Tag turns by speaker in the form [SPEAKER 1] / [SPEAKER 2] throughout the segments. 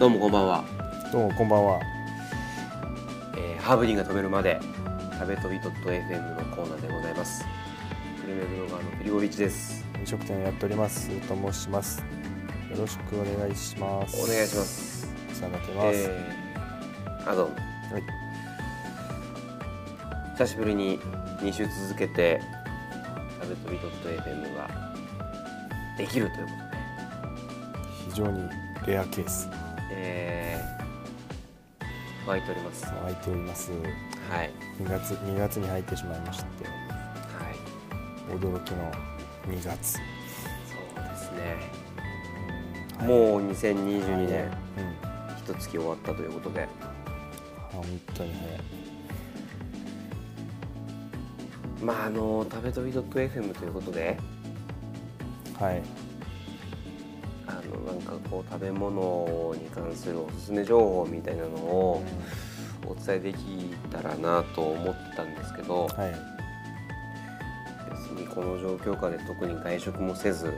[SPEAKER 1] どうもこんばんは、
[SPEAKER 2] どうもこんばんは。
[SPEAKER 1] えーハーブリンが止めるまで食べ飛び .fm のコーナーでございますグルメブロガーのペリゴリッチです
[SPEAKER 2] 飲食店をやっております。ゆうと申します。よろしくお願いします。
[SPEAKER 1] お願いします。
[SPEAKER 2] お世話になってます。
[SPEAKER 1] えーあどうも
[SPEAKER 2] はい。
[SPEAKER 1] 久しぶりに2週続けて食べ飛び .fm ができるということで
[SPEAKER 2] 非常にレアケース。
[SPEAKER 1] えー、湧いておりますは
[SPEAKER 2] 空いております。
[SPEAKER 1] い
[SPEAKER 2] 2月2月に入ってしまいまして、
[SPEAKER 1] はい
[SPEAKER 2] 驚きの2月。
[SPEAKER 1] そうですね、
[SPEAKER 2] はい
[SPEAKER 1] もう2022年
[SPEAKER 2] うん。
[SPEAKER 1] 一月終わったということで
[SPEAKER 2] 本当に早い。
[SPEAKER 1] まああの食べ飛び .fm ということで
[SPEAKER 2] はい。
[SPEAKER 1] あのなんかこう食べ物に関するおすすめ情報みたいなのをお伝えできたらなと思ってたんですけど
[SPEAKER 2] はい。
[SPEAKER 1] 別にこの状況下で特に外食もせず、
[SPEAKER 2] うん。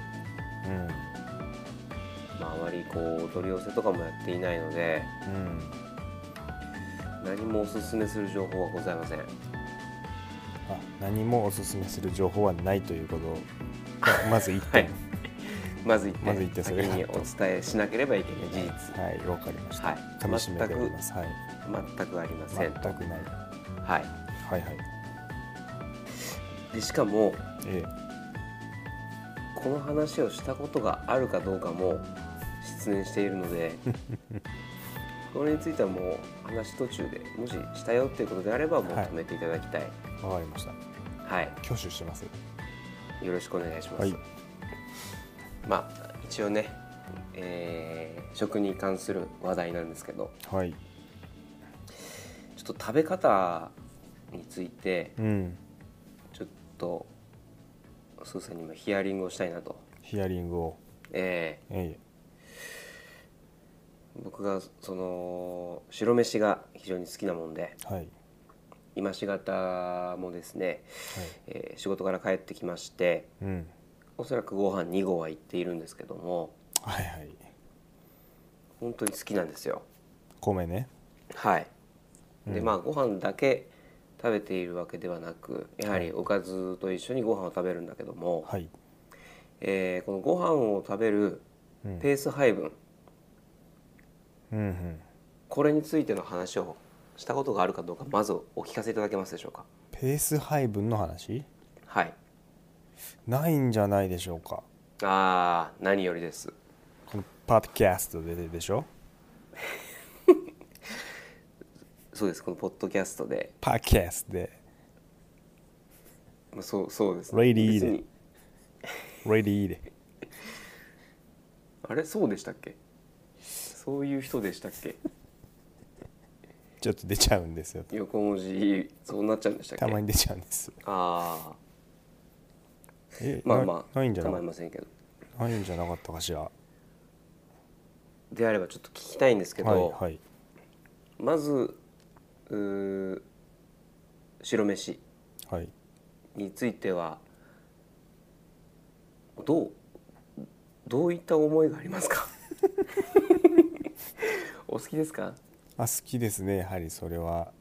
[SPEAKER 1] まあ、あまりこうお取り寄せとかもやっていないので
[SPEAKER 2] うん。
[SPEAKER 1] 何もおすすめする情報はございません
[SPEAKER 2] あ、何もおすすめする情報はないということを。ままず一
[SPEAKER 1] は
[SPEAKER 2] 点
[SPEAKER 1] い。まず一点
[SPEAKER 2] まず一点
[SPEAKER 1] 先
[SPEAKER 2] それが
[SPEAKER 1] にお伝えしなければいけない事実
[SPEAKER 2] はい、わかりました。
[SPEAKER 1] はい
[SPEAKER 2] 噛み締めております。はい。
[SPEAKER 1] 全くありませ
[SPEAKER 2] 全
[SPEAKER 1] ん
[SPEAKER 2] く
[SPEAKER 1] と
[SPEAKER 2] ない。
[SPEAKER 1] はい
[SPEAKER 2] はいはい。
[SPEAKER 1] でしかも
[SPEAKER 2] ええ。
[SPEAKER 1] この話をしたことがあるかどうかも失念しているので これについてはもう話途中でもししたよっていうことであればもう
[SPEAKER 2] はい
[SPEAKER 1] 止めていただきたい
[SPEAKER 2] わかりました。
[SPEAKER 1] はい、
[SPEAKER 2] 挙手してます。
[SPEAKER 1] よろしくお願いします、
[SPEAKER 2] はい。
[SPEAKER 1] まあ一応ね、えー食に関する話題なんですけど
[SPEAKER 2] はい。
[SPEAKER 1] ちょっと食べ方について
[SPEAKER 2] うん。
[SPEAKER 1] ちょっとスーさんにもヒアリングをしたいなと、
[SPEAKER 2] ヒアリングを。
[SPEAKER 1] え
[SPEAKER 2] え
[SPEAKER 1] ー僕がその白飯が非常に好きなもんで
[SPEAKER 2] え。はい。はい。
[SPEAKER 1] 今しがたもですね、えー仕事から帰ってきまして
[SPEAKER 2] うん。
[SPEAKER 1] おそらくご飯2合は行っているんですけども
[SPEAKER 2] はいはい。
[SPEAKER 1] 本当に好きなんですよ
[SPEAKER 2] 米ね。
[SPEAKER 1] はいで
[SPEAKER 2] うん
[SPEAKER 1] まあご飯だけ食べているわけではなくやはりおかずと一緒にご飯を食べるんだけども、
[SPEAKER 2] はい。
[SPEAKER 1] えーこのご飯を食べる
[SPEAKER 2] うん。
[SPEAKER 1] ペース配分
[SPEAKER 2] うんうん。
[SPEAKER 1] これについての話をしたことがあるかどうかまずお聞かせいただけますでしょうか
[SPEAKER 2] ペース配分の話。
[SPEAKER 1] はい
[SPEAKER 2] ないんじゃないでしょうか。
[SPEAKER 1] あー何よりです
[SPEAKER 2] このパッドキャストででしょ。
[SPEAKER 1] そうですこのポッドキャストで
[SPEAKER 2] パッドキャストで。
[SPEAKER 1] まあそうそうです
[SPEAKER 2] レディー
[SPEAKER 1] 別に
[SPEAKER 2] でレディーで。
[SPEAKER 1] あれそうでしたっけそういう人でしたっけ
[SPEAKER 2] ちょっと出ちゃうんですよ。
[SPEAKER 1] 横文字そうなっちゃうんでしたっけ
[SPEAKER 2] たまに出ちゃうんです。
[SPEAKER 1] ああ
[SPEAKER 2] え
[SPEAKER 1] まあ
[SPEAKER 2] な
[SPEAKER 1] まあ
[SPEAKER 2] ないんじゃな
[SPEAKER 1] 構い
[SPEAKER 2] い。
[SPEAKER 1] ませんけど
[SPEAKER 2] ないんじゃなかったかしら。は
[SPEAKER 1] であればちょっと聞きたいんですけ
[SPEAKER 2] い
[SPEAKER 1] ど、
[SPEAKER 2] はい。
[SPEAKER 1] まずうー白飯
[SPEAKER 2] はい。
[SPEAKER 1] についてはどうどういった思いがあります かお好きですか
[SPEAKER 2] あ好きですねやはりそれは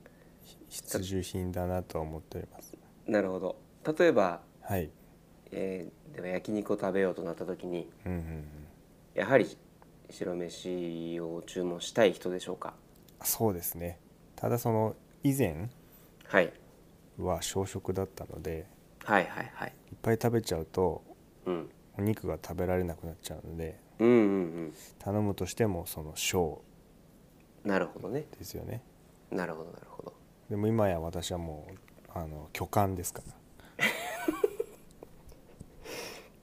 [SPEAKER 2] ひ必需品だなとは思っております
[SPEAKER 1] なるほど例えば、
[SPEAKER 2] はい
[SPEAKER 1] えーでは焼肉を食べようとなった時に
[SPEAKER 2] うんうんうん
[SPEAKER 1] やはり白飯を注文したい人でしょうか
[SPEAKER 2] そうですねただその以前
[SPEAKER 1] はい
[SPEAKER 2] は小食だったので
[SPEAKER 1] はいはいはい、
[SPEAKER 2] いっぱい食べちゃうと
[SPEAKER 1] うん、
[SPEAKER 2] お肉が食べられなくなっちゃうので
[SPEAKER 1] うんうん
[SPEAKER 2] 頼むとしてもその小
[SPEAKER 1] うんなるほどね
[SPEAKER 2] ですよね
[SPEAKER 1] なるほどなるほど
[SPEAKER 2] でも今や私はもうあの巨漢ですか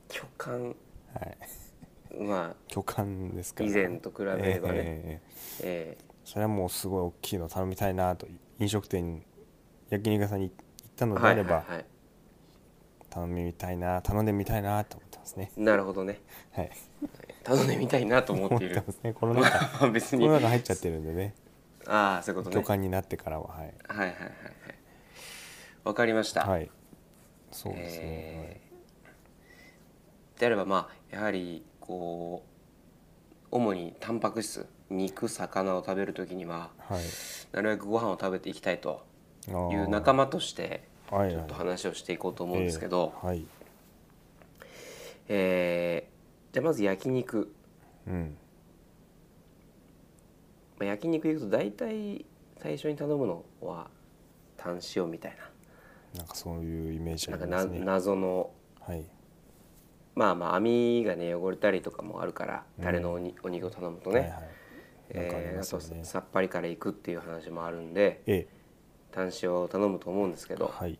[SPEAKER 1] 巨漢
[SPEAKER 2] ら、はい、
[SPEAKER 1] ま
[SPEAKER 2] 巨漢ですから
[SPEAKER 1] 以前と比べればね
[SPEAKER 2] ええええ
[SPEAKER 1] あ
[SPEAKER 2] え
[SPEAKER 1] え
[SPEAKER 2] えそれはもうすごい大きいの頼みたいなと飲食店焼肉屋さんに行った
[SPEAKER 1] ー
[SPEAKER 2] ので
[SPEAKER 1] は
[SPEAKER 2] あ
[SPEAKER 1] いは
[SPEAKER 2] れ
[SPEAKER 1] い
[SPEAKER 2] ば、
[SPEAKER 1] はい
[SPEAKER 2] 頼みたいな頼んでみたいなと思ってますね
[SPEAKER 1] なるほどね
[SPEAKER 2] はい
[SPEAKER 1] 頼んでみたいなと思っている
[SPEAKER 2] ますねこの中
[SPEAKER 1] 別
[SPEAKER 2] こ
[SPEAKER 1] に
[SPEAKER 2] の中入っちゃってるんでね
[SPEAKER 1] ああそういうこと
[SPEAKER 2] 巨
[SPEAKER 1] ね
[SPEAKER 2] 漢になってからははい
[SPEAKER 1] はいはいはいはいわかりました、
[SPEAKER 2] はいそうですね、
[SPEAKER 1] えーであればまあやはりこう主にタンパク質肉魚を食べる時には
[SPEAKER 2] はい
[SPEAKER 1] なるべくご飯を食べていきたいと
[SPEAKER 2] あ
[SPEAKER 1] い
[SPEAKER 2] ー
[SPEAKER 1] う仲間として
[SPEAKER 2] はい
[SPEAKER 1] ちょ
[SPEAKER 2] は
[SPEAKER 1] っ
[SPEAKER 2] い
[SPEAKER 1] と話をしていこうと思うんですけど、
[SPEAKER 2] ええはい
[SPEAKER 1] えーじゃあまず焼肉、
[SPEAKER 2] うん
[SPEAKER 1] まあ、焼肉行くと大体最初に頼むのはタン塩みたい
[SPEAKER 2] なんかそういうイメージ
[SPEAKER 1] な
[SPEAKER 2] あ
[SPEAKER 1] な
[SPEAKER 2] り
[SPEAKER 1] ん
[SPEAKER 2] ます
[SPEAKER 1] かな、
[SPEAKER 2] ね
[SPEAKER 1] 謎の
[SPEAKER 2] はい
[SPEAKER 1] まあまあ網がね汚れたりとかもあるからタレのおにお肉を頼むとね、
[SPEAKER 2] はいはいなんかあり
[SPEAKER 1] えー
[SPEAKER 2] ま
[SPEAKER 1] あ
[SPEAKER 2] すよ
[SPEAKER 1] と
[SPEAKER 2] ね
[SPEAKER 1] さっぱりから行くっていう話もあるんで
[SPEAKER 2] え
[SPEAKER 1] タン塩を頼むと思うんですけ
[SPEAKER 2] え
[SPEAKER 1] ど、
[SPEAKER 2] はい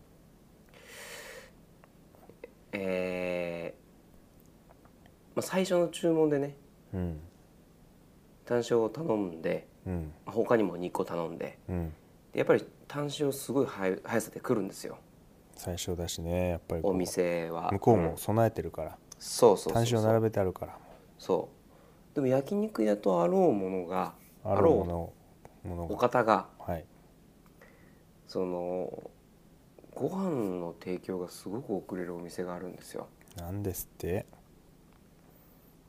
[SPEAKER 1] えーまあ、最初の注文でね
[SPEAKER 2] うん
[SPEAKER 1] 単塩を頼んで
[SPEAKER 2] うん
[SPEAKER 1] 他にも2個頼んで
[SPEAKER 2] うん
[SPEAKER 1] でやっぱり単塩すごい速い速さで来るんですよ
[SPEAKER 2] 最初だしねやっぱりこう
[SPEAKER 1] お店は
[SPEAKER 2] 向こうんも備えてるから
[SPEAKER 1] そうそうそう
[SPEAKER 2] 端子を
[SPEAKER 1] そう
[SPEAKER 2] 並べてあるから
[SPEAKER 1] そうでも焼肉屋とあろうものが
[SPEAKER 2] あるものもの
[SPEAKER 1] お
[SPEAKER 2] が
[SPEAKER 1] 方が
[SPEAKER 2] はい
[SPEAKER 1] そのご飯の提供がすごく遅れるお店があるんですよ
[SPEAKER 2] なんですって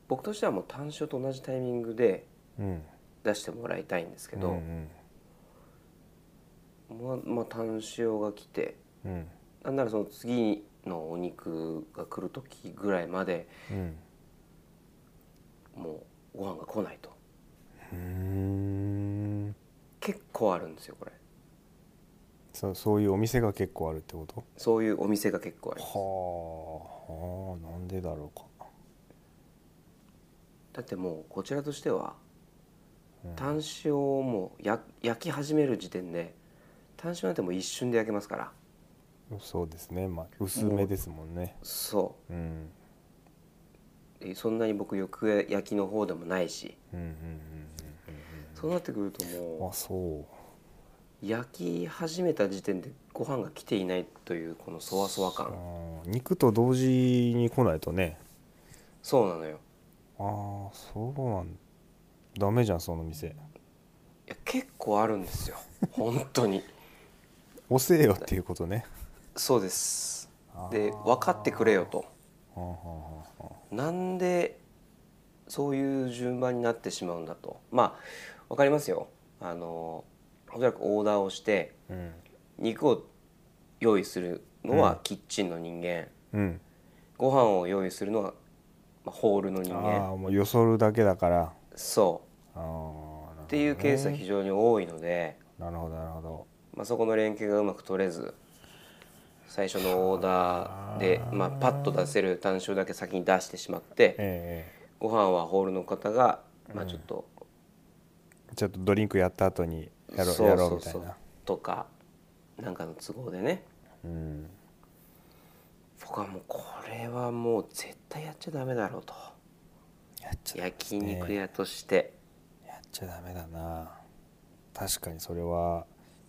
[SPEAKER 1] 僕としてはもう単塩と同じタイミングで
[SPEAKER 2] うん
[SPEAKER 1] 出してもらいたいんですけ
[SPEAKER 2] う
[SPEAKER 1] ど、
[SPEAKER 2] ん
[SPEAKER 1] まあまあ単塩が来て
[SPEAKER 2] うんうん
[SPEAKER 1] なんならその次のお肉が来る時ぐらいまで
[SPEAKER 2] うん
[SPEAKER 1] もうご飯が来ないと
[SPEAKER 2] うーん
[SPEAKER 1] 結構あるんですよこれ
[SPEAKER 2] そうそういうお店が結構あるってこと
[SPEAKER 1] そういうお店が結構ある
[SPEAKER 2] はあはあなんでだろうか
[SPEAKER 1] だってもうこちらとしては
[SPEAKER 2] うん
[SPEAKER 1] 炭塩をもうや焼き始める時点で炭塩なんてもう一瞬で焼けますから
[SPEAKER 2] そうですねまあ薄めですもんね
[SPEAKER 1] そ
[SPEAKER 2] うん
[SPEAKER 1] うでそんなに僕よく焼きの方でもないし
[SPEAKER 2] うんうんうん
[SPEAKER 1] そうなってくると
[SPEAKER 2] うんうんあ
[SPEAKER 1] も
[SPEAKER 2] そう
[SPEAKER 1] う焼き始めた時点でご飯が来ていないというこのそわそわ
[SPEAKER 2] あ
[SPEAKER 1] 感
[SPEAKER 2] ー肉と同時に来ないとね
[SPEAKER 1] そうなのよ
[SPEAKER 2] ああそうなんダメじゃんその店
[SPEAKER 1] いや結構あるん ですよ本当に
[SPEAKER 2] 押せよっていうことね
[SPEAKER 1] そうですで
[SPEAKER 2] あー
[SPEAKER 1] 分かってくれよと
[SPEAKER 2] はあはあはあ
[SPEAKER 1] なんでそういう順番になってしまうんだとまあ分かりますよあのおそらくオーダーをして
[SPEAKER 2] うん
[SPEAKER 1] 肉を用意するの
[SPEAKER 2] うん
[SPEAKER 1] はキッチンの人間、
[SPEAKER 2] うん
[SPEAKER 1] ご飯を用意するのはまあホールの人
[SPEAKER 2] あ
[SPEAKER 1] 間
[SPEAKER 2] あもうよそるだけだから
[SPEAKER 1] そ
[SPEAKER 2] ああ
[SPEAKER 1] うっていうケースが非常に多いので、
[SPEAKER 2] なるほどなるほど
[SPEAKER 1] まあ、そこの連携がうまく取れず最初のオーダーで、まあ、パッと出せる単勝だけ先に出してしまって
[SPEAKER 2] えええ
[SPEAKER 1] ご飯はホールの方が、まあ、ちょっと、
[SPEAKER 2] えちょっとドリンクやった後にやろう
[SPEAKER 1] そう
[SPEAKER 2] やろう
[SPEAKER 1] そう
[SPEAKER 2] みたい
[SPEAKER 1] そう
[SPEAKER 2] な
[SPEAKER 1] とかなんかの都合でね
[SPEAKER 2] うん
[SPEAKER 1] 僕はもうこれはもう絶対やっちゃダメだろうと
[SPEAKER 2] やっちゃ
[SPEAKER 1] 焼肉屋として
[SPEAKER 2] やっちゃダメだな確かにそれは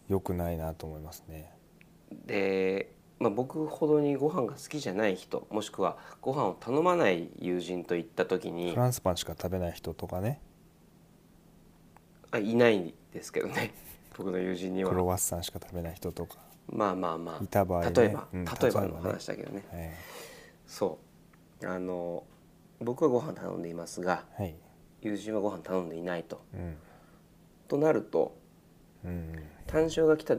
[SPEAKER 2] 良くないなと思いますね
[SPEAKER 1] で、まあ、僕ほどにご飯が好きじゃない人もしくはご飯を頼まない友人と行った時に
[SPEAKER 2] フランスパンしか食べない人とかね
[SPEAKER 1] あいないんですけどね 僕の友人には
[SPEAKER 2] クロワッサンしか食べない人とか
[SPEAKER 1] まあまあまあ
[SPEAKER 2] いた場合ね
[SPEAKER 1] 例えば、
[SPEAKER 2] うん
[SPEAKER 1] 例えば
[SPEAKER 2] 例えば
[SPEAKER 1] の
[SPEAKER 2] ね
[SPEAKER 1] 話だけどね
[SPEAKER 2] え
[SPEAKER 1] そうあの僕はご飯頼んでいますが
[SPEAKER 2] えはい
[SPEAKER 1] 友人はご飯頼んでいないと
[SPEAKER 2] うん
[SPEAKER 1] となると
[SPEAKER 2] うん
[SPEAKER 1] 単勝が来た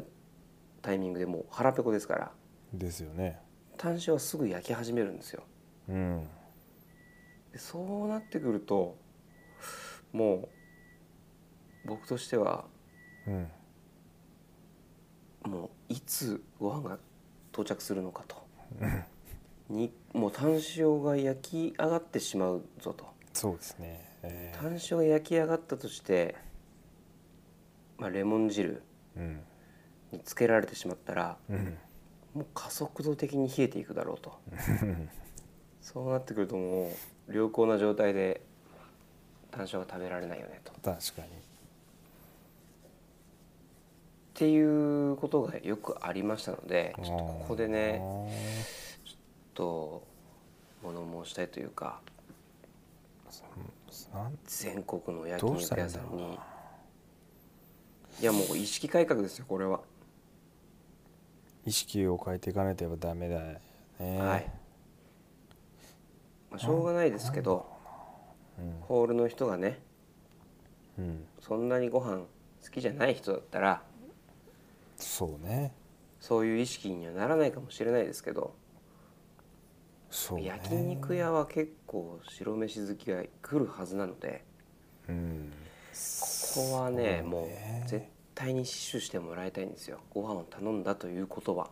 [SPEAKER 1] タイミングでもう腹ペコですから
[SPEAKER 2] ですよね
[SPEAKER 1] 単勝はすぐ焼き始めるんですよ
[SPEAKER 2] うん
[SPEAKER 1] でそうなってくるともう僕としては
[SPEAKER 2] うん
[SPEAKER 1] もういつご飯が到着するのかと にもう単勝が焼き上がってしまうぞと
[SPEAKER 2] そうですね、え
[SPEAKER 1] 単勝が焼き上がったとして、まあ、レモン汁
[SPEAKER 2] えうん
[SPEAKER 1] につけられてしまったら
[SPEAKER 2] うん
[SPEAKER 1] もう加速度的に冷えていくだろう とそうなってくるともう良好な状態で単勝が食べられないよねとっ
[SPEAKER 2] 確かに
[SPEAKER 1] ていうことがよくありましたのでちょっとここでねちょっと物申したいというか
[SPEAKER 2] あーなん
[SPEAKER 1] 全国の焼
[SPEAKER 2] どうした
[SPEAKER 1] 肉
[SPEAKER 2] ら
[SPEAKER 1] 屋
[SPEAKER 2] いいん
[SPEAKER 1] さ
[SPEAKER 2] だろ
[SPEAKER 1] ん
[SPEAKER 2] うな
[SPEAKER 1] にいやもう意識改革ですよこれは、
[SPEAKER 2] 意識を変えていかないとやっぱダメだよね
[SPEAKER 1] はい、まあ、しょうがないですけどホールの人がね
[SPEAKER 2] ううん
[SPEAKER 1] そんなにご飯好きじゃない人だったら
[SPEAKER 2] そうね
[SPEAKER 1] そういう意識にはならないかもしれないですけど、
[SPEAKER 2] そうね
[SPEAKER 1] 焼肉屋は結構白飯好きが来るはずなので
[SPEAKER 2] うん
[SPEAKER 1] ここはね
[SPEAKER 2] そう
[SPEAKER 1] もう絶対に死守してもらいたいんですよご飯を頼んだということは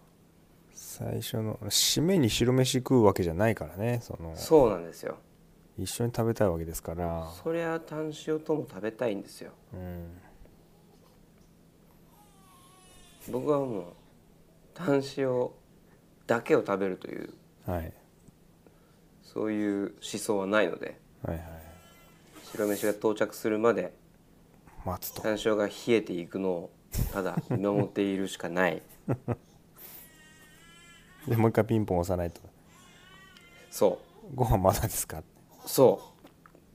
[SPEAKER 2] 最初の締めに白飯食うわけじゃないからねその
[SPEAKER 1] そうなんですよ
[SPEAKER 2] 一緒に食べたいわけですから
[SPEAKER 1] そりゃタン塩とも食べたいんですよ
[SPEAKER 2] うん
[SPEAKER 1] 僕はもうタン塩だけを食べるという
[SPEAKER 2] はい
[SPEAKER 1] そういう思想はないので
[SPEAKER 2] はいはい
[SPEAKER 1] 白飯が到着するまで
[SPEAKER 2] 待つと
[SPEAKER 1] 山椒が冷えていくのをただ見守っているしかない
[SPEAKER 2] でもう一回ピンポン押さないと
[SPEAKER 1] そ
[SPEAKER 2] ご飯まだですか
[SPEAKER 1] うそ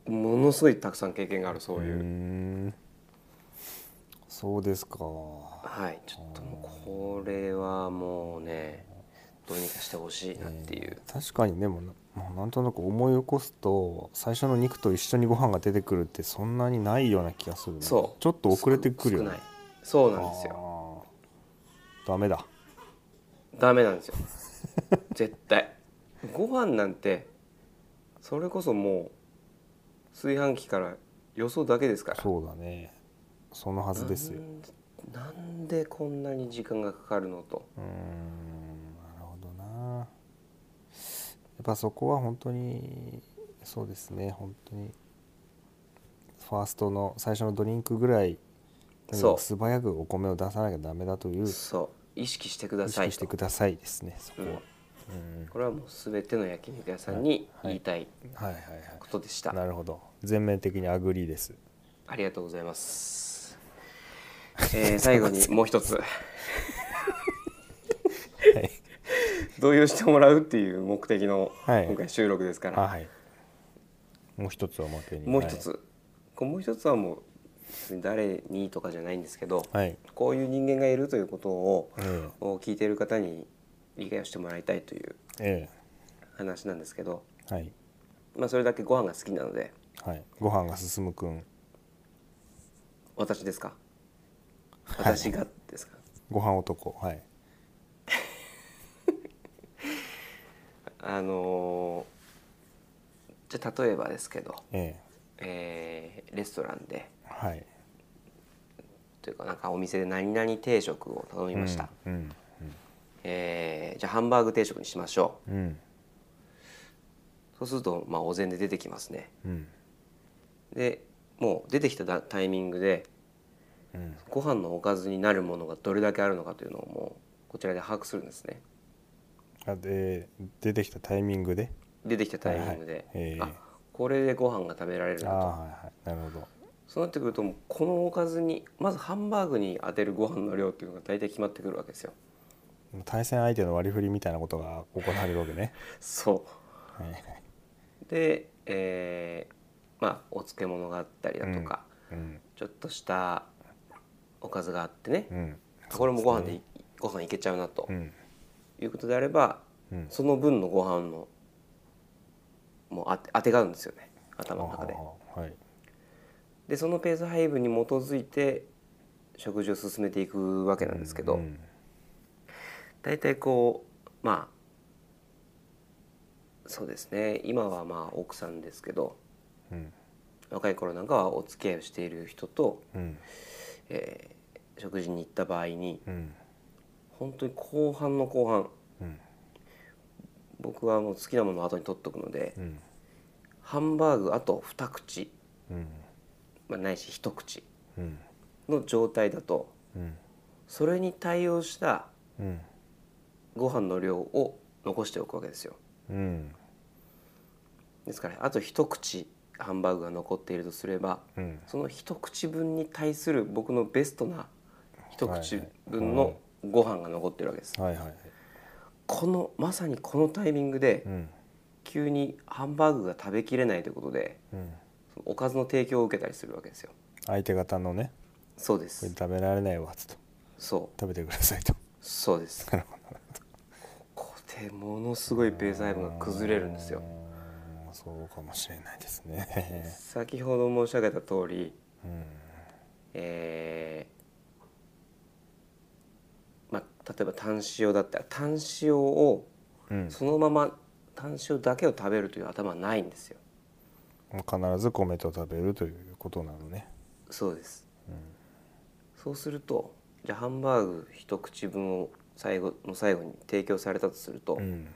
[SPEAKER 1] うものすごいたくさん経験があるそう
[SPEAKER 2] う
[SPEAKER 1] いう、
[SPEAKER 2] んそうですか
[SPEAKER 1] はいちょっともうこれはもうねどうにかしてほしいなっていう、
[SPEAKER 2] 確かにでもなもうなんとなく思い起こすと最初の肉と一緒にご飯が出てくるってそんなにないような気がするな
[SPEAKER 1] そう
[SPEAKER 2] ちょっと遅れてくるよ
[SPEAKER 1] 少
[SPEAKER 2] ね
[SPEAKER 1] ないそうなんですよ
[SPEAKER 2] あーダメだ
[SPEAKER 1] ダメなんですよ絶対ご飯なんてそれこそもう炊飯器から予想だけですから
[SPEAKER 2] そうだねそのはずですよ
[SPEAKER 1] なんなんでこんなに時間がかかるのと
[SPEAKER 2] うーんなるほどなやっぱそこは本当にそうですね本当にファーストの最初のドリンクぐらいとにか
[SPEAKER 1] そう
[SPEAKER 2] く素早くお米を出さなきゃダメだという意
[SPEAKER 1] そう意識してください
[SPEAKER 2] 識
[SPEAKER 1] と
[SPEAKER 2] してくださいですねそこは、うん
[SPEAKER 1] これはもう全ての焼肉屋さんに言いたい
[SPEAKER 2] はいはい
[SPEAKER 1] ことでし
[SPEAKER 2] は
[SPEAKER 1] た、
[SPEAKER 2] いなるほど全面的にアグリーです
[SPEAKER 1] ありがとうございます、 えー最後にもう一 つ
[SPEAKER 2] はい
[SPEAKER 1] 動揺してもらうっていう目的の
[SPEAKER 2] はい
[SPEAKER 1] 今回収録ですから、
[SPEAKER 2] あはいもう一つおまけに
[SPEAKER 1] もう一つ、こうもう一つはもう別に誰にとかじゃないんですけど、
[SPEAKER 2] はい、はい
[SPEAKER 1] こういう人間がいるということを
[SPEAKER 2] え
[SPEAKER 1] を聞いている方に理解をしてもらいたいという
[SPEAKER 2] ええ
[SPEAKER 1] 話なんですけど、
[SPEAKER 2] えはい
[SPEAKER 1] まあ、それだけご飯が好きなので
[SPEAKER 2] はいご飯が進むくん
[SPEAKER 1] 私ですか
[SPEAKER 2] はい
[SPEAKER 1] 私がですか、
[SPEAKER 2] ご飯男はい
[SPEAKER 1] あのーじゃあ例えばですけど、
[SPEAKER 2] え
[SPEAKER 1] えーレストランで
[SPEAKER 2] えはい
[SPEAKER 1] というかなんかお店で何々定食を頼みました、
[SPEAKER 2] うん
[SPEAKER 1] えーじゃあハンバーグ定食にしましょ
[SPEAKER 2] うんうん
[SPEAKER 1] うそうすると、まあ、お膳で出てきますね
[SPEAKER 2] うん
[SPEAKER 1] でもう出てきただタイミングで
[SPEAKER 2] うん
[SPEAKER 1] ご飯のおかずになるものがどれだけあるのかというのをもうこちらで把握するんですね
[SPEAKER 2] あで出てきたタイミングで
[SPEAKER 1] 出てきたタイミングで、
[SPEAKER 2] はいはいへー
[SPEAKER 1] あこれでご飯が食べられる
[SPEAKER 2] あ
[SPEAKER 1] な
[SPEAKER 2] あ
[SPEAKER 1] と
[SPEAKER 2] はいはいなるほど
[SPEAKER 1] そうなってくるともうこのおかずにまずハンバーグに当てるご飯の量っていうのが大体決まってくるわけですよ
[SPEAKER 2] 対戦相手の割り振りみたいなことが行われるわ けね
[SPEAKER 1] そ
[SPEAKER 2] はいはいう
[SPEAKER 1] で、えーまあお漬物があったりだとか、
[SPEAKER 2] うん
[SPEAKER 1] ちょっとしたおかずがあってね、
[SPEAKER 2] うん
[SPEAKER 1] これもご飯でいご飯いけちゃうなと
[SPEAKER 2] うん
[SPEAKER 1] いうことであれば、
[SPEAKER 2] うん
[SPEAKER 1] その分のご飯のもうあてあてがあるんですよね頭の中で
[SPEAKER 2] あ。あはい
[SPEAKER 1] でそのペース配分に基づいて食事を進めていくわけなんですけど、
[SPEAKER 2] うん
[SPEAKER 1] 大体こうまあそうですね今はまあ奥さんですけど
[SPEAKER 2] うん
[SPEAKER 1] 若い頃なんかはお付き合いをしている人と、
[SPEAKER 2] うん
[SPEAKER 1] えー食事に行った場合に
[SPEAKER 2] うん
[SPEAKER 1] 本当に後半の後半
[SPEAKER 2] うん
[SPEAKER 1] 僕はもう好きなものを後に取っとくので、
[SPEAKER 2] うん
[SPEAKER 1] ハンバーグあと2口、
[SPEAKER 2] うん
[SPEAKER 1] まあ、ないし1口
[SPEAKER 2] うん
[SPEAKER 1] の状態だと
[SPEAKER 2] うん
[SPEAKER 1] それに対応した
[SPEAKER 2] うん
[SPEAKER 1] ご飯の量を残しておくわけですよ
[SPEAKER 2] うん
[SPEAKER 1] ですからあと一口ハンバーグが残っているとすれば
[SPEAKER 2] うん
[SPEAKER 1] その一口分に対する僕のベストな一口分
[SPEAKER 2] はい
[SPEAKER 1] のご飯が残ってるわけです、
[SPEAKER 2] はいはい
[SPEAKER 1] このまさにこのタイミングで
[SPEAKER 2] うん
[SPEAKER 1] 急にハンバーグが食べきれないということで
[SPEAKER 2] うん
[SPEAKER 1] そのおかずの提供を受けたりするわけですよ
[SPEAKER 2] 相手方のね
[SPEAKER 1] そうで
[SPEAKER 2] これ
[SPEAKER 1] す
[SPEAKER 2] 食べられないわつと
[SPEAKER 1] そう
[SPEAKER 2] 食べてくださいと
[SPEAKER 1] そうです
[SPEAKER 2] なるほど
[SPEAKER 1] ここでものすごいペース配分が崩れるんですよ
[SPEAKER 2] うーんそうかもしれないですね
[SPEAKER 1] 先ほど申し上げた通り
[SPEAKER 2] う
[SPEAKER 1] えーまあ、例えば単塩だったら単塩を
[SPEAKER 2] うん、
[SPEAKER 1] そのまま単塩だけを食べるという頭はないんですよ
[SPEAKER 2] 必ず米と食べるということなのね
[SPEAKER 1] そうです、そうするとじゃあハンバーグ一口分を最後の最後に提供されたとすると、
[SPEAKER 2] うん、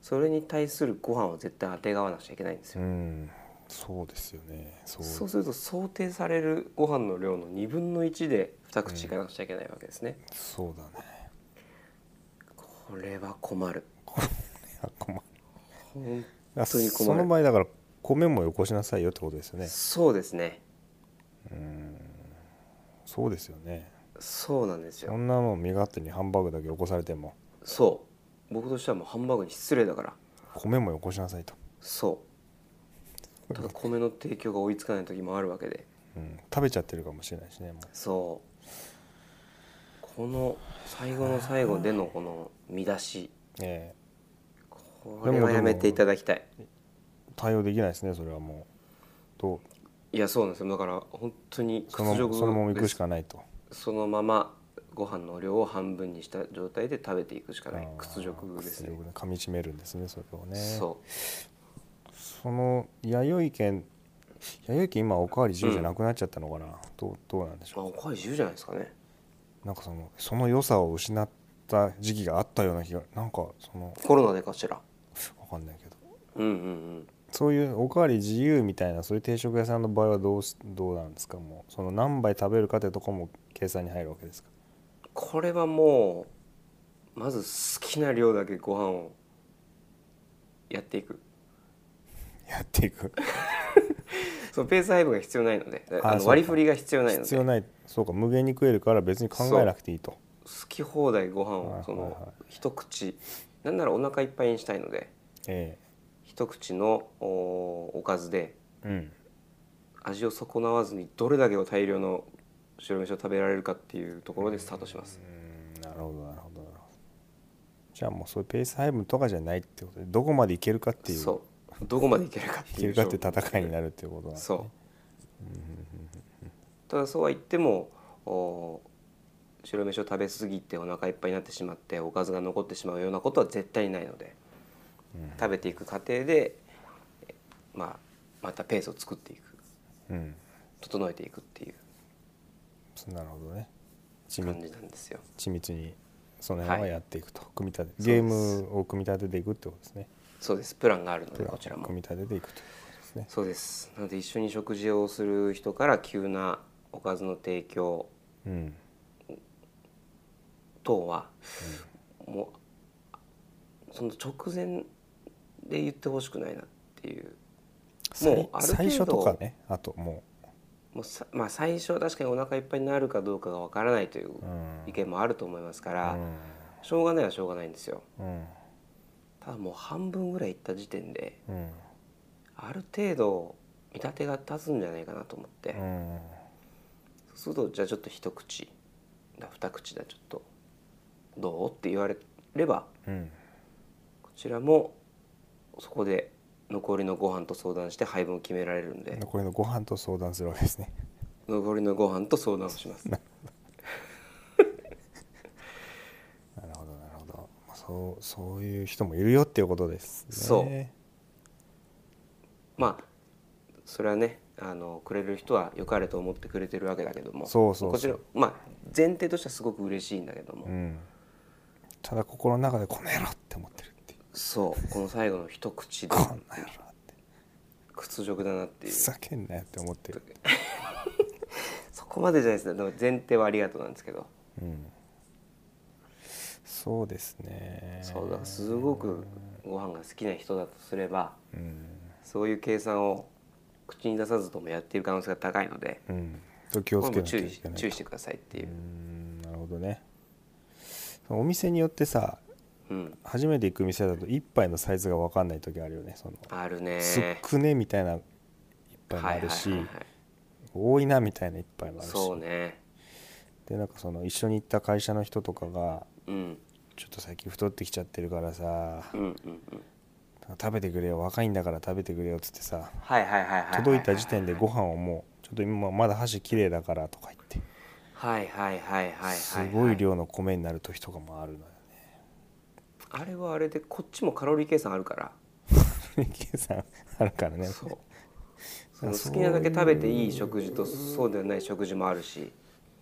[SPEAKER 1] それに対するご飯を絶対あてがわなくちゃいけないんです
[SPEAKER 2] う
[SPEAKER 1] よ、
[SPEAKER 2] ん、そうですよねそう
[SPEAKER 1] そうすると想定されるご飯の量の2分の1で2口いかなくちゃいけないわけですね、
[SPEAKER 2] そうだね
[SPEAKER 1] これは困る
[SPEAKER 2] あ困る
[SPEAKER 1] 本
[SPEAKER 2] あ
[SPEAKER 1] 当に困る
[SPEAKER 2] その前だから米もよこしなさいよってことですよね
[SPEAKER 1] そうですね
[SPEAKER 2] そうですよね
[SPEAKER 1] そうなんです
[SPEAKER 2] こ
[SPEAKER 1] よ
[SPEAKER 2] んなの身勝手にハンバーグだけよこされても
[SPEAKER 1] そう僕としてはもうハンバーグに失礼だから
[SPEAKER 2] 米もよこしなさいと、
[SPEAKER 1] そうただ米の提供が追いつかない時もあるわけで
[SPEAKER 2] うん、食べちゃってるかもしれないしねもう
[SPEAKER 1] そうこの最後の最後でのこの見出し
[SPEAKER 2] え
[SPEAKER 1] これはやめていただきたい
[SPEAKER 2] え対応できないですねそれはもうと
[SPEAKER 1] いやそうなんですよだから本当に
[SPEAKER 2] そのそのまま行くし
[SPEAKER 1] か
[SPEAKER 2] かないと
[SPEAKER 1] そのままご飯の量を半分にした状態で食べていくしかない
[SPEAKER 2] あー
[SPEAKER 1] 屈辱ですね
[SPEAKER 2] 屈辱噛み締めるんですねそれをね
[SPEAKER 1] そう
[SPEAKER 2] その弥生県弥生県今おかわり自由じゃなくなっちゃったのかな、どうどうなんでし
[SPEAKER 1] まあ
[SPEAKER 2] ょ
[SPEAKER 1] おかわり自由じゃないですかね
[SPEAKER 2] うなんかそのその良さを失った時期があったような気がなんかその
[SPEAKER 1] コロナでかしら
[SPEAKER 2] わかんないけど
[SPEAKER 1] うんうんうん
[SPEAKER 2] そういうおかわり自由みたいなそういう定食屋さんの場合はどうしどうなんですかもうその何杯食べるかってとこも計算に入るわけですか
[SPEAKER 1] これはもうまず好きな量だけご飯をやっていく
[SPEAKER 2] やっていく
[SPEAKER 1] そのペース配分が必要ないので
[SPEAKER 2] あ
[SPEAKER 1] あ
[SPEAKER 2] そう
[SPEAKER 1] の
[SPEAKER 2] か
[SPEAKER 1] 割り振りが必要ないの
[SPEAKER 2] 必
[SPEAKER 1] で
[SPEAKER 2] 要
[SPEAKER 1] 好
[SPEAKER 2] ないそうか無限に食えるから別に考えなくていいと
[SPEAKER 1] き放題ご飯
[SPEAKER 2] はいはいは
[SPEAKER 1] を
[SPEAKER 2] い
[SPEAKER 1] その一口なんならお腹いっぱいにしたいので
[SPEAKER 2] え
[SPEAKER 1] 一口のおおかずで
[SPEAKER 2] えうん
[SPEAKER 1] 味を損なわずにどれだけを大量の白飯を食べられるかっていうところでスタートします
[SPEAKER 2] うんなるほどなるほどなるほどじゃあもうそういうペース配分とかじゃないってことでどこまでいけるかっていう
[SPEAKER 1] そうどこまでいけるかって
[SPEAKER 2] い
[SPEAKER 1] い
[SPEAKER 2] け
[SPEAKER 1] う
[SPEAKER 2] るかって
[SPEAKER 1] 勝負
[SPEAKER 2] 戦いになるっていうことなんですね
[SPEAKER 1] そうただそうは言ってもお白飯を食べ過ぎてお腹いっぱいになってしまっておかずが残ってしまうようなことは絶対にないので、食べていく過程で、えまあ、またペースを作っていく
[SPEAKER 2] うん
[SPEAKER 1] 整えていくっていう
[SPEAKER 2] そなるほどね緻密
[SPEAKER 1] 感じなんですよ。
[SPEAKER 2] 緻密にその辺は
[SPEAKER 1] はい
[SPEAKER 2] やっていくと、組み立て
[SPEAKER 1] す
[SPEAKER 2] ゲームを組み立てていくってことですね
[SPEAKER 1] そうですプランがあるの
[SPEAKER 2] プ
[SPEAKER 1] で
[SPEAKER 2] ラン
[SPEAKER 1] こ
[SPEAKER 2] を
[SPEAKER 1] ちらも
[SPEAKER 2] 組み立てていくということですね
[SPEAKER 1] そうですなので一緒に食事をする人から急なおかずの提供
[SPEAKER 2] うん
[SPEAKER 1] 等は、もうその直前で言ってほしくないなっていうもうある程度
[SPEAKER 2] さい最初とかねあとも
[SPEAKER 1] もうさまあ、最初は確かにお腹いっぱいになるかどうかがわからないという
[SPEAKER 2] ううん
[SPEAKER 1] 意見もあると思いますから、
[SPEAKER 2] うん
[SPEAKER 1] しょうがないはしょうがないんですよ
[SPEAKER 2] うん
[SPEAKER 1] ただもう半分ぐらいいった時点で
[SPEAKER 2] うん
[SPEAKER 1] ある程度見立てが立つんじゃないかなと思って、
[SPEAKER 2] うん
[SPEAKER 1] そうするとじゃあちょっと一口だ二口だちょっとどうって言われれば
[SPEAKER 2] うん
[SPEAKER 1] こちらもそこで残りのご飯と相談して配分を決められるんで
[SPEAKER 2] これのご飯と相談するわけですね
[SPEAKER 1] 残りのご飯と相談をします
[SPEAKER 2] なるほどなるほどまあそうそういう人もいるよっていうことですね
[SPEAKER 1] そうまあそれはねあのくれる人は良かれと思ってくれてるわけだけども
[SPEAKER 2] そうそうそう
[SPEAKER 1] こちらまあ前提としてはすごく嬉しいんだけども、
[SPEAKER 2] うん、ただ心の中でこの野郎って思ってるっていう
[SPEAKER 1] そうこの最後の一口で
[SPEAKER 2] こんな野郎って
[SPEAKER 1] 屈辱だなっていう
[SPEAKER 2] ふざけんなよって思ってる
[SPEAKER 1] そこまでじゃないですねでも前提はありがとうなんですけど、
[SPEAKER 2] うんそうですね
[SPEAKER 1] そうだからすごくご飯が好きな人だとすれば
[SPEAKER 2] うん、
[SPEAKER 1] そういう計算を口に出さずともやっている可能性が高いので
[SPEAKER 2] うん、気を
[SPEAKER 1] こ
[SPEAKER 2] つ
[SPEAKER 1] れ
[SPEAKER 2] け
[SPEAKER 1] も注
[SPEAKER 2] なきゃい
[SPEAKER 1] 意し
[SPEAKER 2] けない
[SPEAKER 1] 注意してくださいっていう
[SPEAKER 2] う、んなるほどねお店によってさ
[SPEAKER 1] うん、
[SPEAKER 2] 初めて行く店だと一杯のサイズが分かんない時あるよねその
[SPEAKER 1] あるね
[SPEAKER 2] すっくねみたいな一杯も
[SPEAKER 1] は
[SPEAKER 2] あ
[SPEAKER 1] いはい
[SPEAKER 2] るし、
[SPEAKER 1] はいはい
[SPEAKER 2] 多いなみたいな一杯もあるし
[SPEAKER 1] そうね
[SPEAKER 2] でなんかその一緒に行った会社の人とかが
[SPEAKER 1] うん
[SPEAKER 2] ちょっと最近太ってきちゃってるからさ
[SPEAKER 1] うんうんうん
[SPEAKER 2] 食べてくれよ若いんだから食べてくれよっつってさ
[SPEAKER 1] はいはいはいはいはいはい
[SPEAKER 2] 届いた時点でご飯をもうちょょっと今まだ箸きれいだからとか言って
[SPEAKER 1] はいはいはいはいはい、はい、
[SPEAKER 2] すごい量の米になる時とかもあるのよ
[SPEAKER 1] あれはあれでこっちもカロリー計算あるから
[SPEAKER 2] ね計算あるからね
[SPEAKER 1] そうその好きなだけ食べていい食事とそうではない食事もあるし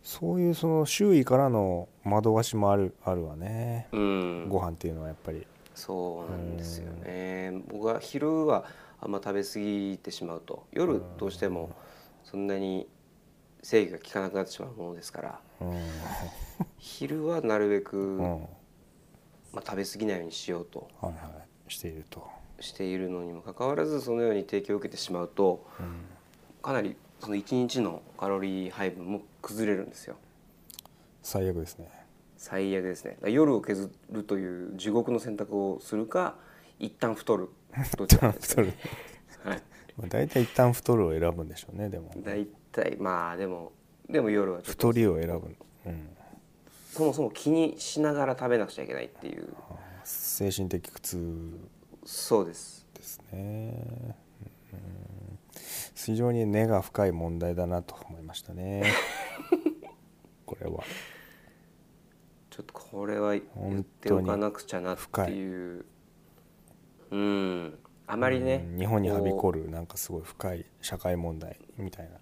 [SPEAKER 2] そういうその周囲からの惑わしもあるあるわね、
[SPEAKER 1] うん
[SPEAKER 2] ご飯っていうのはやっぱり
[SPEAKER 1] そうなんですよね僕は昼はあんま食べ過ぎてしまうと夜どうしてもそんなに制御が効かなくなってしまうものですから
[SPEAKER 2] うん、
[SPEAKER 1] 昼はなるべく、
[SPEAKER 2] うん、は
[SPEAKER 1] まあ、食べ過ぎないようにしようと
[SPEAKER 2] いはいしていると、
[SPEAKER 1] しているのにもかかわらずそのように提供を受けてしまうと
[SPEAKER 2] うん、
[SPEAKER 1] かなりその1日のカロリー配分も崩れるんですよ
[SPEAKER 2] 最悪ですね
[SPEAKER 1] 最悪ですねだから夜を削るという地獄の選択をするか一旦太るどち
[SPEAKER 2] 一
[SPEAKER 1] らか
[SPEAKER 2] 旦
[SPEAKER 1] です
[SPEAKER 2] 太
[SPEAKER 1] ね
[SPEAKER 2] る
[SPEAKER 1] はい
[SPEAKER 2] まあ大体一旦太るを選ぶんでしょうねでも
[SPEAKER 1] 大体まあでもでも夜はちょっと
[SPEAKER 2] 太りを選ぶ、うん、
[SPEAKER 1] そもそも気にしながら食べなくちゃいけないっていう
[SPEAKER 2] あー精神的苦痛
[SPEAKER 1] そうです
[SPEAKER 2] ですね、うん、非常に根が深い問題だなと思いましたね これは
[SPEAKER 1] ちょっとこれは言っておかなくちゃなっていううんあまりね
[SPEAKER 2] うん日本にはび
[SPEAKER 1] こ
[SPEAKER 2] こるなんかすごい深い社会問題み たいな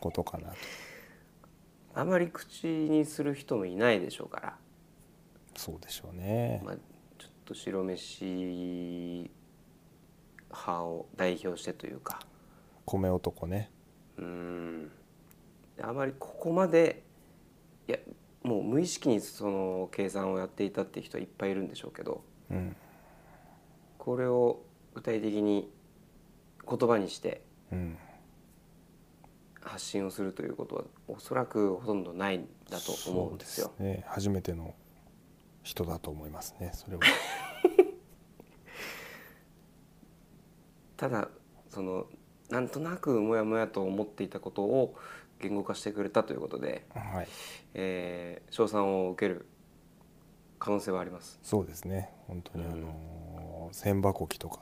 [SPEAKER 2] ことかなと
[SPEAKER 1] うあまり口にする人もいないでしょうから、
[SPEAKER 2] そうでしょうね、
[SPEAKER 1] まあ、ちょっと白飯派を代表してというか
[SPEAKER 2] 米男ね
[SPEAKER 1] うんあまりここまでいやもう無意識にその計算をやっていたっていう人はいっぱいいるんでしょうけど
[SPEAKER 2] うん
[SPEAKER 1] これを具体的に言葉にして
[SPEAKER 2] うん
[SPEAKER 1] 発信をするということはおそらくほとんどないんだと思うんですよ。
[SPEAKER 2] そうね初めての人だと思いますね それは
[SPEAKER 1] ただそのなんとなくモヤモヤと思っていたことを言語化してくれたということで、
[SPEAKER 2] はい
[SPEAKER 1] えー、賞賛を受ける可能性はあります。
[SPEAKER 2] そうですね本当にあのー千箱機とか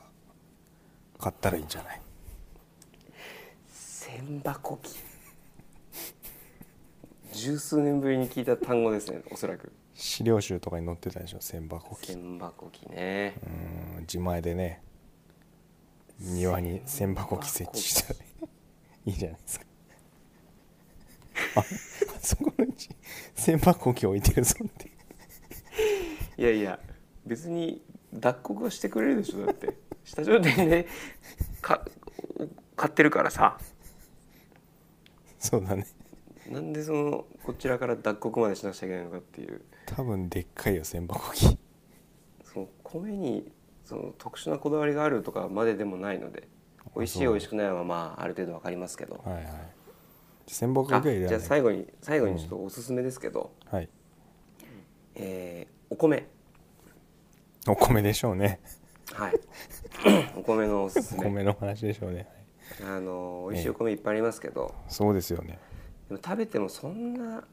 [SPEAKER 2] 買ったらいいんじゃない
[SPEAKER 1] 千箱機十数年ぶりに聞いた単語ですねおそらく
[SPEAKER 2] 資料集とかに載ってたでしょ千箱機う
[SPEAKER 1] 千箱機ね
[SPEAKER 2] ん自前でね庭に千箱機設置したらいいじゃないですかああそこのうち千箱機置いてるぞって
[SPEAKER 1] いやいや別に脱穀はしてくれるでしょだ って下状態でか買ってるからさ
[SPEAKER 2] そうだね
[SPEAKER 1] なんでそのこちらから脱穀までしなくちゃいけないのかっていう
[SPEAKER 2] 多分でっかいよ千箱機
[SPEAKER 1] その米にその特殊なこだわりがあるとかまででもないので美味しい
[SPEAKER 2] そう
[SPEAKER 1] 美味しくないはまあある程度わかりますけど
[SPEAKER 2] はいはい千箱機
[SPEAKER 1] あ
[SPEAKER 2] は入れ
[SPEAKER 1] じゃ
[SPEAKER 2] ら
[SPEAKER 1] あ
[SPEAKER 2] れない
[SPEAKER 1] 最後に最後にちょっとおすすめですけど、
[SPEAKER 2] はい
[SPEAKER 1] えーお米
[SPEAKER 2] お米でしょうね
[SPEAKER 1] はい お米のおすす
[SPEAKER 2] お
[SPEAKER 1] め
[SPEAKER 2] 米の話でしょうね
[SPEAKER 1] あの美味しいお米いっぱいありますけど、
[SPEAKER 2] そうですよね
[SPEAKER 1] でも食べてもそんな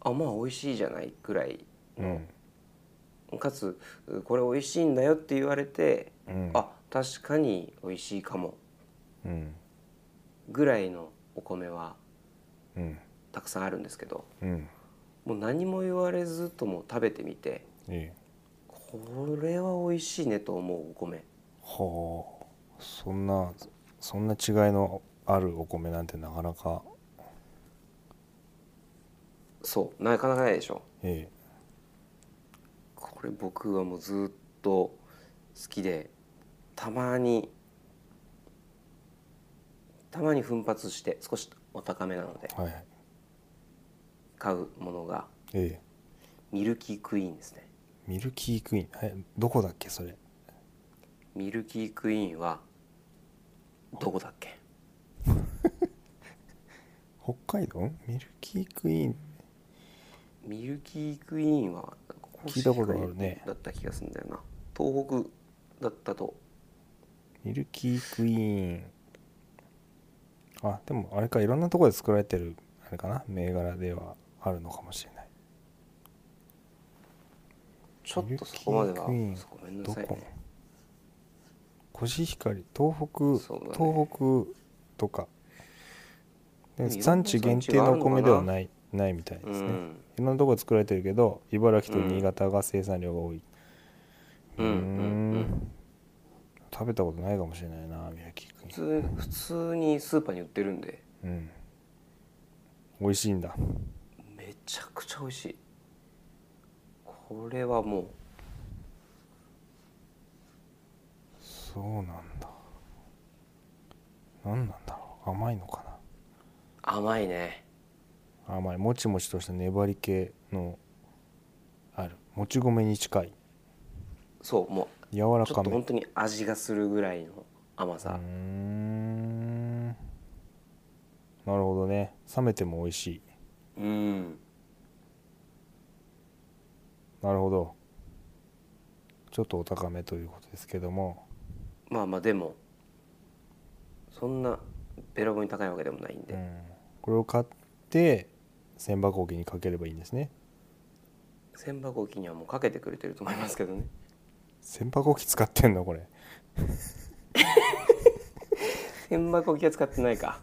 [SPEAKER 1] あまあ美味しいじゃないくらい
[SPEAKER 2] うん
[SPEAKER 1] かつうこれ美味しいんだよって言われて、
[SPEAKER 2] うん
[SPEAKER 1] あ確かに美味しいかも
[SPEAKER 2] うん
[SPEAKER 1] ぐらいのお米は
[SPEAKER 2] うん
[SPEAKER 1] たくさんあるんですけど
[SPEAKER 2] うん
[SPEAKER 1] もう何も言われずとも食べてみて
[SPEAKER 2] ええ
[SPEAKER 1] これは美味しいねと思うお米
[SPEAKER 2] はあそんなそんな違いのあるお米なんてなかなか
[SPEAKER 1] そうなかなかないでしょ
[SPEAKER 2] え
[SPEAKER 1] これ僕はもうずっと好きでたまにたまに奮発して少しお高めなので
[SPEAKER 2] えはい
[SPEAKER 1] 買うものが
[SPEAKER 2] ええ
[SPEAKER 1] ミルキークイーンですね
[SPEAKER 2] ミルキークイーンえどこだっけそれ
[SPEAKER 1] ミルキークイーンはどこだっけ
[SPEAKER 2] 北海道ミルキークイーン
[SPEAKER 1] ミルキークイーンは
[SPEAKER 2] 聞いたことあるね
[SPEAKER 1] だった気がするんだよな東北だったと
[SPEAKER 2] ミルキークイーンあでもあれかいろんなところで作られてるあれかな銘柄ではあるのかもしれない
[SPEAKER 1] ちょっとそこまでは
[SPEAKER 2] ミルキークイーン
[SPEAKER 1] そうごめんなさい
[SPEAKER 2] どこ
[SPEAKER 1] ね
[SPEAKER 2] コシヒカリ東北、
[SPEAKER 1] そうだね
[SPEAKER 2] 東北とかで
[SPEAKER 1] いろんな
[SPEAKER 2] 産地限定のお米ではないないみたいで
[SPEAKER 1] う
[SPEAKER 2] すね、
[SPEAKER 1] ん
[SPEAKER 2] いろんなとこで作られてるけど茨城と
[SPEAKER 1] うん
[SPEAKER 2] 新潟が生産量が多い
[SPEAKER 1] うんうんう
[SPEAKER 2] うー
[SPEAKER 1] ん
[SPEAKER 2] 食べたことないかもしれないな宮城
[SPEAKER 1] 普
[SPEAKER 2] 君
[SPEAKER 1] 通普通にスーパーに売ってるんで
[SPEAKER 2] うん美味しいんだ
[SPEAKER 1] めちゃくちゃ美味しいこれはも
[SPEAKER 2] そうなんだ何なんだろう甘いの
[SPEAKER 1] う
[SPEAKER 2] か
[SPEAKER 1] 甘いね
[SPEAKER 2] な甘いもちもちとした粘り系のあるもち米に近い
[SPEAKER 1] そうも
[SPEAKER 2] 柔
[SPEAKER 1] う
[SPEAKER 2] ら
[SPEAKER 1] ちょ
[SPEAKER 2] か
[SPEAKER 1] っと
[SPEAKER 2] め
[SPEAKER 1] 本当に味がするぐらいの甘
[SPEAKER 2] うー
[SPEAKER 1] さ、
[SPEAKER 2] んなるほどね冷めても美味しい
[SPEAKER 1] うん、
[SPEAKER 2] なるほどちょっとお高めということですけども
[SPEAKER 1] まあまあでもそんなべらぼうに高いわけでもないんで、
[SPEAKER 2] うんこれを買って千箱置きにかければいいんですね
[SPEAKER 1] 千箱置きにはもうかけてくれてると思いますけどね
[SPEAKER 2] 千箱置き使ってんのこれ
[SPEAKER 1] 千箱置きは使ってないか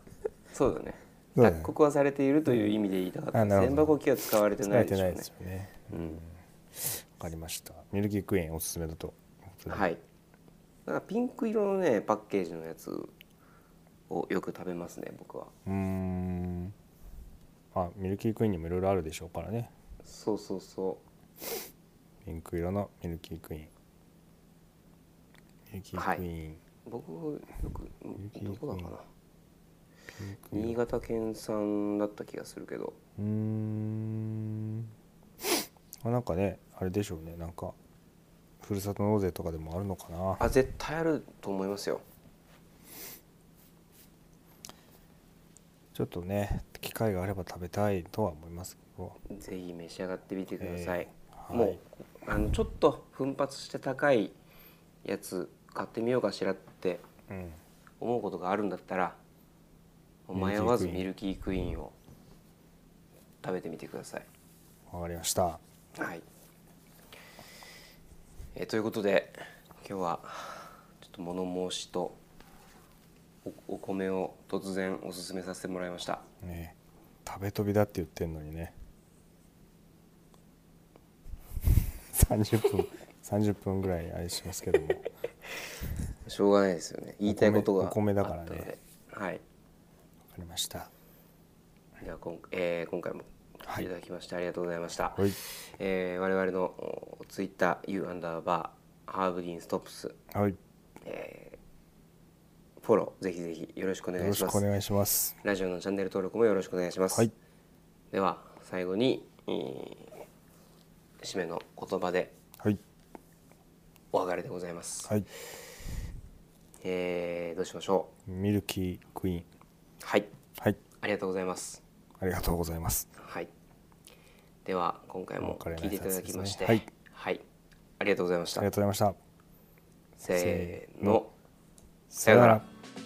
[SPEAKER 1] そうだね
[SPEAKER 2] そうだね
[SPEAKER 1] 脱穀はされているという意味で言いたかった
[SPEAKER 2] あなるほど
[SPEAKER 1] 千箱置きは使われて
[SPEAKER 2] 使
[SPEAKER 1] な
[SPEAKER 2] え
[SPEAKER 1] いで
[SPEAKER 2] て
[SPEAKER 1] しょ
[SPEAKER 2] な
[SPEAKER 1] う
[SPEAKER 2] い
[SPEAKER 1] ね
[SPEAKER 2] ですよね
[SPEAKER 1] うん
[SPEAKER 2] わかりましたミルキークイーンおすすめだと
[SPEAKER 1] はいなんかピンク色のねパッケージのやつをよく食べますね僕は
[SPEAKER 2] うーんあミルキークイーンにもいろいろあるでしょうからね
[SPEAKER 1] そうそうそ
[SPEAKER 2] ピンク色のミルキークイーンミルキークイーン、
[SPEAKER 1] う僕よく
[SPEAKER 2] 雪
[SPEAKER 1] どこだかな
[SPEAKER 2] ピンク色
[SPEAKER 1] 新潟県産だった気がするけど
[SPEAKER 2] うーんあなんかねあれでしょうねなんかふるさと納税とかでもあるのかな
[SPEAKER 1] あ絶対あると思いますよ
[SPEAKER 2] ちょっとね機会があれば食べたいとは思いますけど
[SPEAKER 1] ぜひ召し上がってみてください、
[SPEAKER 2] えー
[SPEAKER 1] もう、
[SPEAKER 2] はい
[SPEAKER 1] あのちょっと奮発して高いやつ買ってみようかしらって
[SPEAKER 2] うん
[SPEAKER 1] 思うことがあるんだったら迷わずミルキークイーンを食べてみてください。
[SPEAKER 2] わかりました
[SPEAKER 1] はい、えーということで今日はちょっと物申しとおお米を突然おすすめさせてもらいました
[SPEAKER 2] ね食べ飛びだって言ってんのにね30分30分ぐらいあれしますけども
[SPEAKER 1] しょうがないですよね言いたいことが
[SPEAKER 2] お米だからね
[SPEAKER 1] あったのではい
[SPEAKER 2] わかりました。
[SPEAKER 1] ではこん、えー今回も
[SPEAKER 2] はい
[SPEAKER 1] いただきましてありがとうございました、
[SPEAKER 2] はい
[SPEAKER 1] えー我々のお Twitter U アンダーバーハーブディーンストップス
[SPEAKER 2] はい。
[SPEAKER 1] フォローぜひぜひよろしくお
[SPEAKER 2] よ
[SPEAKER 1] 願
[SPEAKER 2] ろ
[SPEAKER 1] いし
[SPEAKER 2] し
[SPEAKER 1] ま
[SPEAKER 2] くお
[SPEAKER 1] す
[SPEAKER 2] 願いします。
[SPEAKER 1] ラジオのチャンネル登録もよろしくお願いします、
[SPEAKER 2] はい。
[SPEAKER 1] では最後に、えー締めの言葉で
[SPEAKER 2] はい。
[SPEAKER 1] お別れでございます、
[SPEAKER 2] はい。
[SPEAKER 1] えーどうしましょ
[SPEAKER 2] ミルキークイーン。
[SPEAKER 1] うはい
[SPEAKER 2] はい。
[SPEAKER 1] ありがとうございます
[SPEAKER 2] ありがとうございます。
[SPEAKER 1] はいでは今回も
[SPEAKER 2] お別れの
[SPEAKER 1] 聞いていただきまして、
[SPEAKER 2] 挨拶ですね
[SPEAKER 1] はい、ありがとうございまし
[SPEAKER 2] あ
[SPEAKER 1] た
[SPEAKER 2] りがとうございました。
[SPEAKER 1] せー
[SPEAKER 2] せー
[SPEAKER 1] の
[SPEAKER 2] の
[SPEAKER 1] さようなら。